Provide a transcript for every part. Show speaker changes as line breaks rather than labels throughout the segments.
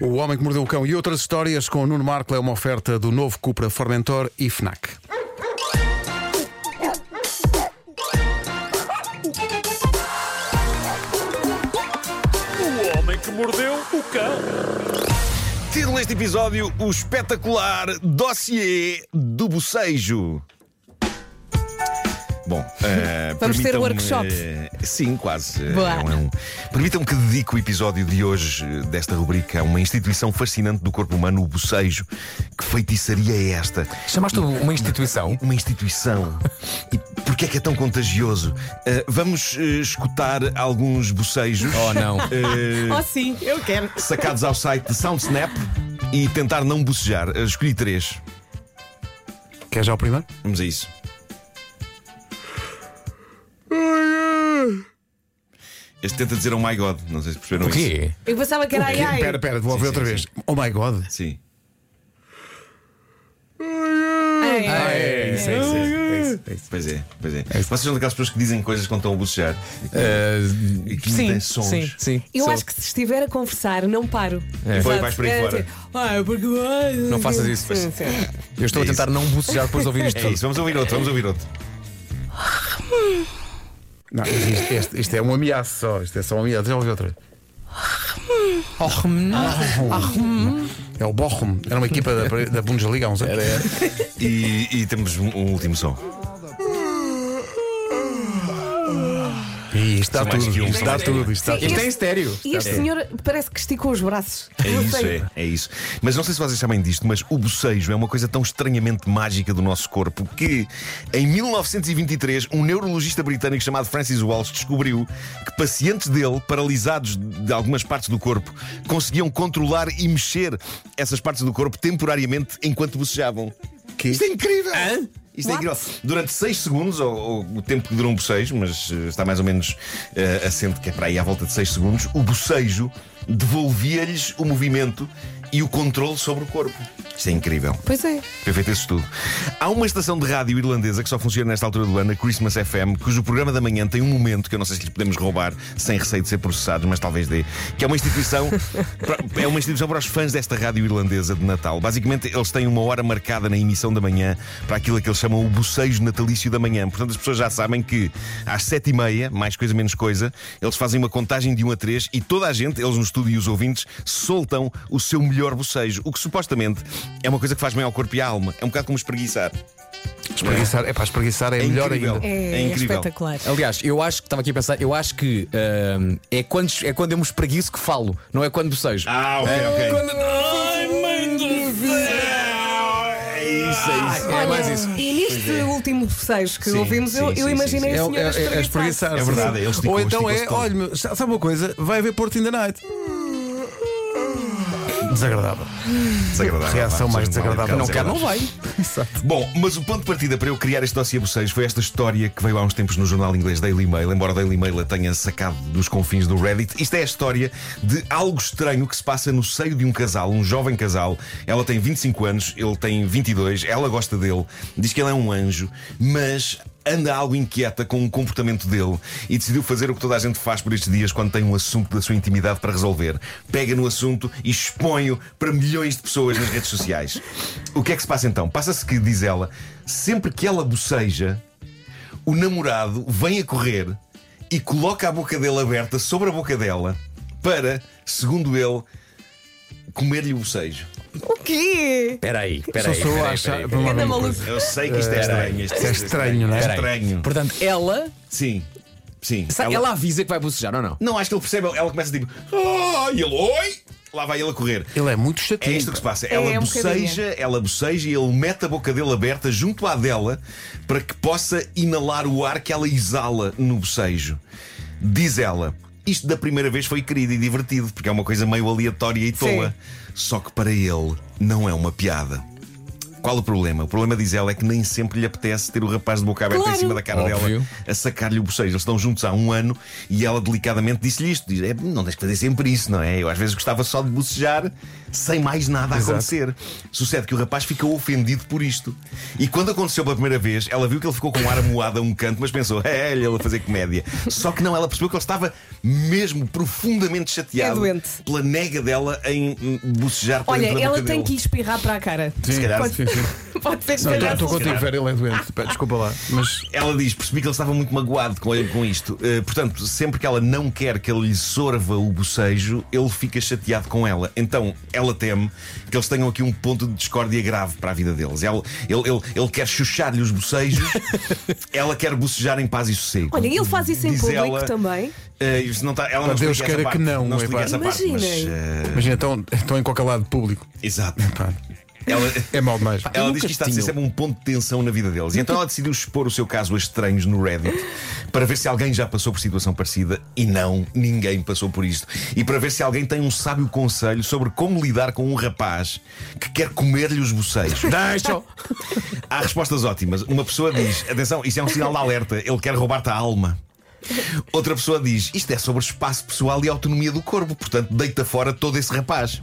O Homem que Mordeu o Cão e outras histórias com o Nuno Marco é uma oferta do novo Cupra Formentor e Fnac.
O homem que mordeu o cão.
Título deste episódio: O espetacular dossiê do bocejo. Bom, eh,
Vamos ter um
permitam-me,
workshop.
eh, sim, quase. eh,
Boa.
é um- é um- Permitam-me que dedique o episódio de hoje eh, desta rubrica a uma instituição fascinante do corpo humano, o bocejo. Que feitiçaria é esta?
Chamaste uma instituição?
Uma instituição. E porquê é que é tão contagioso? Eh, vamos eh, escutar alguns bocejos.
Oh, não.
eh,
Oh, sim, eu quero.
sacados ao site de SoundSnap e tentar não bocejar. Eu Escolhi três.
Quer já o primeiro?
Vamos a isso. Este tenta dizer oh my god. Não sei se perceberam
O
isso.
quê?
Eu pensava que era ai ai.
Espera, espera, vou
Sim,
ouvir
sim,
outra vez.
sim.
Oh my god.
Sim.
Ai, ai.
É isso, é isso, é isso, é isso. É Pois é, pois é. Vocês são daquelas pessoas que dizem coisas quando estão a bocejar e que, e que
sim,
emitem sons.
sim, sim.
Eu
Sou.
acho que se estiver a conversar, não paro.
Foi,
Exato.
vais por aí
É,
fora.
assim, Ai, porque. ai,
Não faças isso.
sim, sim.
Eu estou
É
a tentar não bocejar depois de ouvir isto
É
tudo.
isso, vamos ouvir outro, vamos ouvir outro.
Não, isto, isto- isto é um ameaço só. Isto é só um ameaço. Já ouvi outra vez.
Oh, não.
É o Bochum. Era uma equipa da, da Bundesliga há uns anos.
E, e temos um, um último som.
E isto dá
São mais
tudo.
que um,
Isto
são
dá
mais que um.
tudo. Isto dá
Sim,
tudo.
Isto é em estéreo.
E este senhor parece que esticou os braços.
É
não
isso,
sei.
é, é isso. Mas não sei se vocês sabem disto, mas o bocejo é uma coisa tão estranhamente mágica do nosso corpo que, em 1923, um neurologista britânico chamado Francis Walsh descobriu que pacientes dele, paralisados de algumas partes do corpo, conseguiam controlar e mexer essas partes do corpo temporariamente enquanto bocejavam. Isto é incrível! Isto é incrível. Durante 6 segundos, ou, ou o tempo que dura um bocejo, mas eh, está mais ou menos eh, assente que é para aí à volta de 6 segundos, o bocejo devolvia-lhes o movimento e o controle sobre o corpo. Isto é incrível.
Pois é.
Foi feito esse estudo. Há uma estação de rádio irlandesa que só funciona nesta altura do ano, a Christmas FM, cujo programa da manhã tem um momento que eu não sei se lhe podemos roubar sem receio de ser processados, mas talvez dê, que é uma instituição para, é uma instituição para os fãs desta rádio irlandesa de Natal. Basicamente, eles têm uma hora marcada na emissão da manhã para aquilo que eles chamam o bocejo natalício da manhã. Portanto, as pessoas já sabem que às sete e meia, mais coisa menos coisa, eles fazem uma contagem de 1 a 3 e toda a gente, eles no estúdio e os ouvintes, soltam o seu melhor bocejo, o que supostamente é uma coisa que faz bem ao corpo e à alma. É um bocado como espreguiçar.
Espreguiçar, é para espreguiçar é,
É
melhor
incrível.
ainda.
É,
É incrível.
espetacular.
Aliás, eu acho que estava aqui a pensar, eu acho que ahm, é, quando, é quando eu me espreguiço que falo, não é quando bocejo.
Ah, ok, ok.
Ai, mãe do
É isso, é isso.
Olha,
É mais isso.
E neste último seis que
Sim,
ouvimos, eu,
sim,
eu
sim,
imaginei
sim,
a
É, é,
senhora
é, é
espreguiçar.
espreguiçar.
É verdade, ele esticou,
Ou então é,
esticou-se todo.
olha, sabe uma coisa? Vai haver Porto in the Night. Desagradável.
Desagradável.
Reação
vá,
mais
vá, vá,
desagradável.
não quer, não vai.
Bom, mas o ponto de partida para eu criar este dossiê vocês foi esta história que veio há uns tempos no jornal inglês Daily Mail, embora o Daily Mail a tenha sacado dos confins do Reddit. Isto é a história de algo estranho que se passa no seio de um casal, um jovem casal. Ela tem 25 anos, ele tem 22, ela gosta dele, diz que ele é um anjo, mas anda algo inquieta com o comportamento dele e decidiu fazer o que toda a gente faz por estes dias quando tem um assunto da sua intimidade para resolver. Pega no assunto e expõe-o para milhões de pessoas nas redes sociais. O que é que se passa então? Passa-se que, diz ela, sempre que ela boceja, o namorado vem a correr e coloca a boca dele aberta sobre a boca dela para, segundo ele, comer-lhe o bocejo.
O quê?
Espera aí, espera
Só
aí.
sou eu
espera
a achar.
aí, espera aí.
vamos lá
Anda
ver.
maluco.
Eu sei que isto é estranho. Isto
Isto é estranho, não é?
É
Espera aí.
estranho.
Portanto, ela,
Sim, sim.
sabe, ela avisa que vai bocejar ou não?
Não, acho que ele percebe. Ela começa tipo. "Ah", e ele. Oi! Lá vai ele a correr.
Ele é muito
É
chatinho.
isto que se passa. Ela
um
boceja, ela boceja e ele mete a boca dele aberta junto à dela para que possa inalar o ar que ela exala no bocejo. Diz ela: Isto da primeira vez foi querido e divertido, porque é uma coisa meio aleatória e tola. Só que para ele não é uma piada. Qual o problema? O problema, diz ela, é que nem sempre lhe apetece ter o rapaz de boca aberta
Claro.
em cima da cara dela
Óbvio.
a sacar-lhe o bocejo. Eles estão juntos há um ano e ela delicadamente disse-lhe isto: diz, "É, não tens que fazer sempre isso, não é? Eu às vezes gostava só de bocejar sem mais nada a acontecer. Sucede que o rapaz ficou ofendido por isto. E quando aconteceu pela primeira vez, ela viu que ele ficou com um ar moado a um canto, mas pensou: é, ele a fazer comédia. Só que não, ela percebeu que ele estava mesmo profundamente chateado
É doente.
pela nega dela em hum, bocejar para
Olha,
dentro da
ela
boca
tem
dele.
que lhe espirrar para a cara.
Sim,
calhar,
pode- sim, sim.
Pode ser que
Não,
seja
estou
assim.
contigo, Vera, ele é doente. Pá, Desculpa lá. Mas
Ela diz: percebi que ele estava muito magoado com, com isto. Eh, portanto, sempre que ela não quer que ele lhe sorva o bocejo, ele fica chateado com ela. Então, ela teme que eles tenham aqui um ponto de discórdia grave para a vida deles. Ela- ele, ele- ele quer chuchar-lhe os bocejos, ela quer bocejar em paz e sossego.
Olha, ele faz isso em
Diz
público
ela-
também.
Eh, isso não tá, ela
Pá,
não
Deus
explica
queira
essa parte,
que não,
não explica
epá.
essa parte, mas,
Imaginem.
eh,
imagina, é estão, estão em qualquer lado público.
exato.
Pá,
Ela,
é mal demais.
Ela
Eu
diz
nunca
que isto está a ser
tinha.
sempre um ponto de tensão na vida deles. E então ela decidiu expor o seu caso a estranhos no Reddit para ver se alguém já passou por situação parecida. E não, ninguém passou por isto. E para ver se alguém tem um sábio conselho sobre como lidar com um rapaz que quer comer-lhe os bocejos.
Deixa!
Há respostas ótimas. Uma pessoa diz: atenção, isto é um sinal de alerta, ele quer roubar-te a alma. Outra pessoa diz: isto é sobre espaço pessoal e autonomia do corpo, portanto, deita fora todo esse rapaz.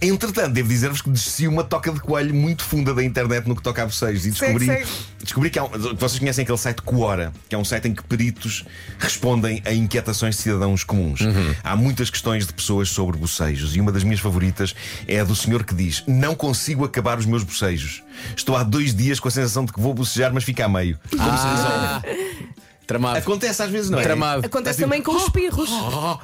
Entretanto, devo dizer-vos que desci uma toca de coelho muito funda da internet no que toca a vocês e descobri,
sim.
descobri que, há um- que vocês conhecem aquele site Quora, que é um site em que peritos respondem a inquietações de cidadãos comuns.
Uhum.
Há muitas questões de pessoas sobre bocejos e uma das minhas favoritas é a do senhor que diz: Não consigo acabar os meus bocejos. Estou há dois dias com a sensação de que vou bocejar, mas fica a meio.
Ah, Tramado.
Acontece às vezes, não é?
Tramado.
Acontece também com os espirros.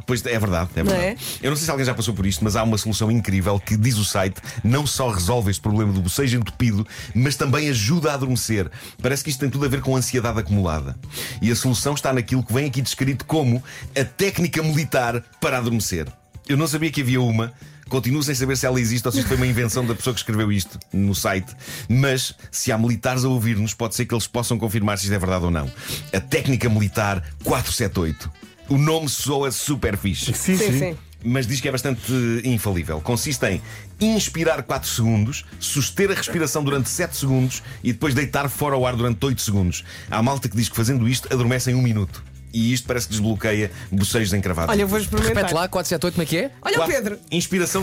Pois é verdade, é verdade.
Não é?
Eu não sei se alguém já passou por isto, mas há uma solução incrível que, diz o site, não só resolve este problema do bocejo entupido, mas também ajuda a adormecer. Parece que isto tem tudo a ver com ansiedade acumulada. E a solução está naquilo que vem aqui descrito como a técnica militar para adormecer. Eu não sabia que havia uma. Continuo sem saber se ela existe ou se isto foi uma invenção da pessoa que escreveu isto no site. Mas se há militares a ouvir-nos, pode ser que eles possam confirmar se isto é verdade ou não. A técnica militar 478. O nome soa super fixe,
Sim,
Sim,
sim.
sim.
mas diz que é bastante eh, infalível. Consiste em inspirar 4 segundos, suster a respiração durante 7 segundos e depois deitar fora o ar durante 8 segundos. Há malta que diz que fazendo isto adormece em 1 minuto. E isto parece que desbloqueia bocejos encravados.
Olha, eu vou experimentar.
Repete lá, 478, como é que é?
Olha o
Quatro-
Pedro.
Inspiração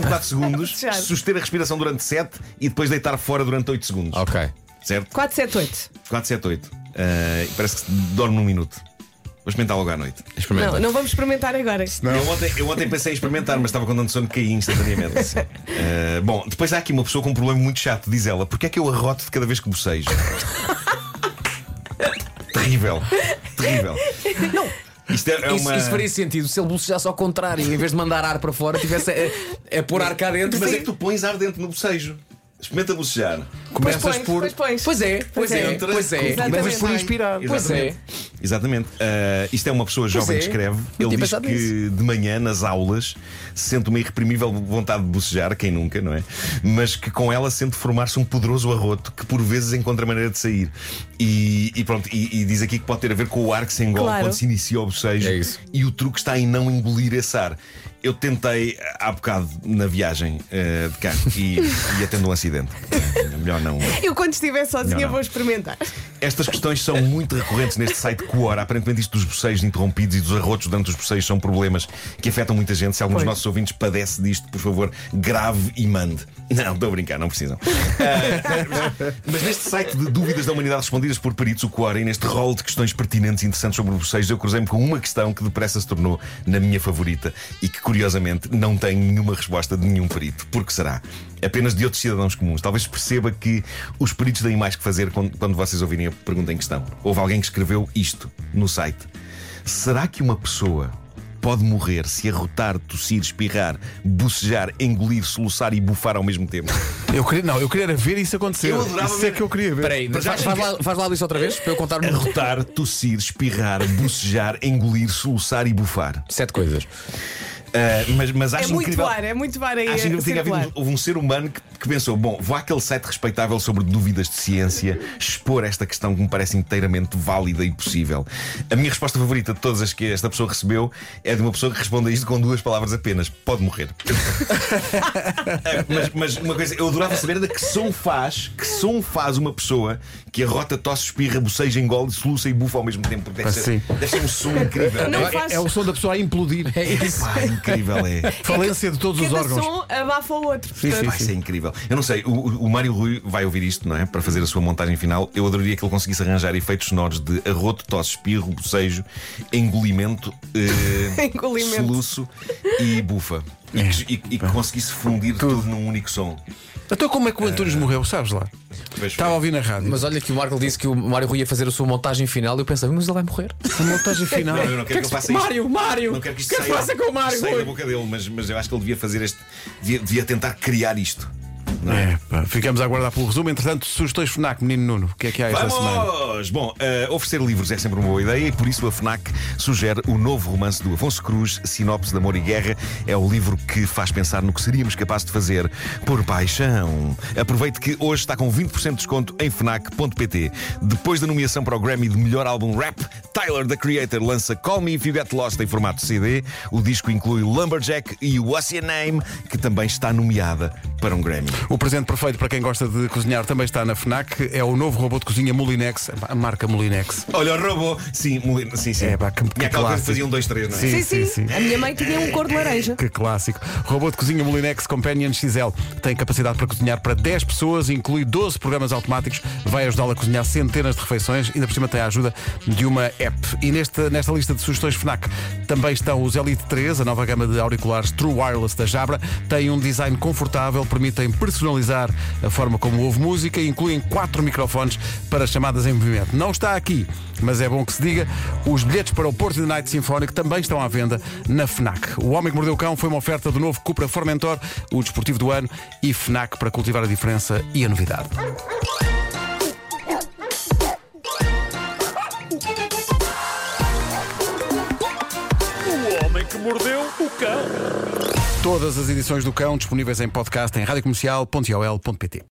4 segundos,
Já.
suster a respiração durante 7 e depois deitar fora durante 8 segundos.
Ok.
Certo?
478.
4, 7, 8. Ah, parece que dorme num minuto. Vou experimentar logo à noite.
Experimenta.
Não, não vamos experimentar agora.
Eu, ontem, eu ontem pensei em experimentar, mas estava com tanto sono que caí instantaneamente. Eh, bom, depois há aqui uma pessoa com um problema muito chato, diz ela: porque é que eu arroto de cada vez que bocejo? terrível, terrível. Não. Isto é, é
Isso,
uma.
isso faria sentido se ele bocejasse ao contrário, em vez de mandar ar para fora, tivesse a, a pôr ar cá dentro.
Mas
Mas
é que tu pões ar dentro no bocejo. Experimenta bocejar.
Começas
pois pões,
por.
pois pões.
é, Pois é, pois é,
Entra-
pois é.
Exatamente.
Começas por
Também.
inspirar.
Pois é.
Exatamente. Ah, isto é uma pessoa jovem
é.
que escreve.
Eu
Ele
tinha
diz
pensado
que de manhã, nas aulas, sente uma irreprimível vontade de bocejar, quem nunca, não é? Mas que com ela sente formar-se um poderoso arroto que por vezes encontra maneira de sair. E, e pronto, e, e diz aqui que pode ter a ver com o ar que se engole
Claro.
quando se inicia o bocejo.
É isso.
E o truque está em não engolir esse ar. Eu tentei há bocado na viagem ah, de carro e, e atendo um acidente. Melhor não.
Eu quando estiver sozinha
Não, não.
vou experimentar.
Estas questões são muito recorrentes neste site Quora. Aparentemente, isto dos bocejos interrompidos e dos arrotos durante os bocejos são problemas que afetam muita gente. Se alguns dos nossos ouvintes padecem disto, por favor, grave e mande. Não, estou a brincar, não precisam. Ah, mas- mas neste site de dúvidas da humanidade respondidas por peritos, o Quora, e neste rol de questões pertinentes e interessantes sobre bocejos, eu cruzei-me com uma questão que depressa se tornou na minha favorita e que, curiosamente, não tem nenhuma resposta de nenhum perito. Por que será? apenas de outros cidadãos comuns. Talvez perceba que os peritos têm mais que fazer quando, quando vocês ouvirem a pergunta em questão. Houve alguém que escreveu isto no site. Será que uma pessoa pode morrer se arrotar, tossir, espirrar, bocejar, engolir, soluçar e bufar ao mesmo tempo?
Eu queria, não, eu queria era ver isso acontecer.
Eu adorava
isso é
ver.
que eu queria ver.
Espera aí,
Mas já- é
faz, faz lá, faz lá isso outra vez para eu contar me
Arrotar, tossir, espirrar, bocejar, engolir, soluçar e bufar.
sete coisas.
Ah, mas, mas
É
acho
muito
incrível.
ar, é muito ar aí.
Acho
a
incrível que tenha
circular.
havido um, houve um ser humano que, que pensou: bom, vou àquele site respeitável sobre dúvidas de ciência expor esta questão que me parece inteiramente válida e possível. A minha resposta favorita de todas as que esta pessoa recebeu é de uma pessoa que responde a isto com duas palavras apenas: pode morrer. mas, mas uma coisa, eu adorava saber da que som faz, que som faz uma pessoa que arrota, tosse, espirra, boceja, engole, soluça e bufa ao mesmo tempo. Deve,
Ah,
ser,
sim.
deve ser um som incrível.
Não
Pá,
faz.
É o som da pessoa a implodir.
É
incrível é.
Falência de todos os
Cada
órgãos.
som abafa o outro. portanto.
Vai ser é incrível. Eu não sei, o, o- o Mário Rui vai ouvir isto, não é? Para fazer a sua montagem final. Eu adoraria que ele conseguisse arranjar efeitos sonoros de arroto, tosse, espirro, bocejo, engolimento, eh,
Engolimento.
soluço e bufa. E, que- e- e que conseguisse fundir tudo. num único som.
Então como é que o Antunes morreu? Sabes lá?
Vejo.
Estava a ouvir na rádio.
Mas olha que o Marco disse que o Mário Rui ia fazer a sua montagem final e eu pensava, mas ele vai morrer.
A montagem final.
Não, eu não quero que ele faça isto.
Mário, Mário!
Não
O que é
quero
que
que
se
isto saia,
passa com o Mário
saia da
Rui?
boca dele, mas, mas eu acho que ele devia fazer este. Devia, devia tentar criar isto. Não é?
É, pá, ficamos a aguardar pelo resumo. Entretanto, sugestões FNAC, menino Nuno. O que é que há esta semana?
Vamos! Bom, eh, oferecer livros é sempre uma boa ideia e por isso a FNAC sugere o novo romance do Afonso Cruz, Sinopse de Amor e Guerra. É o livro que faz pensar no que seríamos capazes de fazer por paixão. Aproveite que hoje está com 20% de desconto em FNAC.pt. Depois da nomeação para o Grammy de melhor álbum rap, Tyler, the Creator, lança Call Me If You Get Lost em formato CD. O disco inclui Lumberjack e What's Your Name, que também está nomeada para um Grammy.
O presente perfeito para quem gosta de cozinhar também está na FNAC. É o novo robô de cozinha Molinex, É, a marca Molinex.
Olha, o robô. Sim, mole- sim, sim.
É, pá, que- que
Minha calça
clássico.
fazia um, dois, três, não é?
Sim,
Sim, sim,
sim.
A minha mãe tinha um cor de laranja.
Que clássico. Robô de cozinha Molinex Companion XL tem capacidade para cozinhar para 10 pessoas, inclui 12 programas automáticos, vai ajudá-lo a cozinhar centenas de refeições e ainda por cima tem a ajuda de uma app. E nesta, nesta lista de sugestões FNAC também estão os Elite 3, a nova gama de auriculares True Wireless da Jabra, tem um design confortável, permitem personalizar a forma como ouve música e incluem quatro microfones para chamadas em movimento. Não está aqui, mas é bom que se diga, os bilhetes para o Porto de Night Sinfónico também estão à venda na FNAC. O Homem que Mordeu o Cão foi uma oferta do novo Cupra Formentor, o desportivo do ano e FNAC para cultivar a diferença e a novidade.
O homem que mordeu o cão.
Todas as edições do Cão disponíveis em podcast em radiocomercial.ol.pt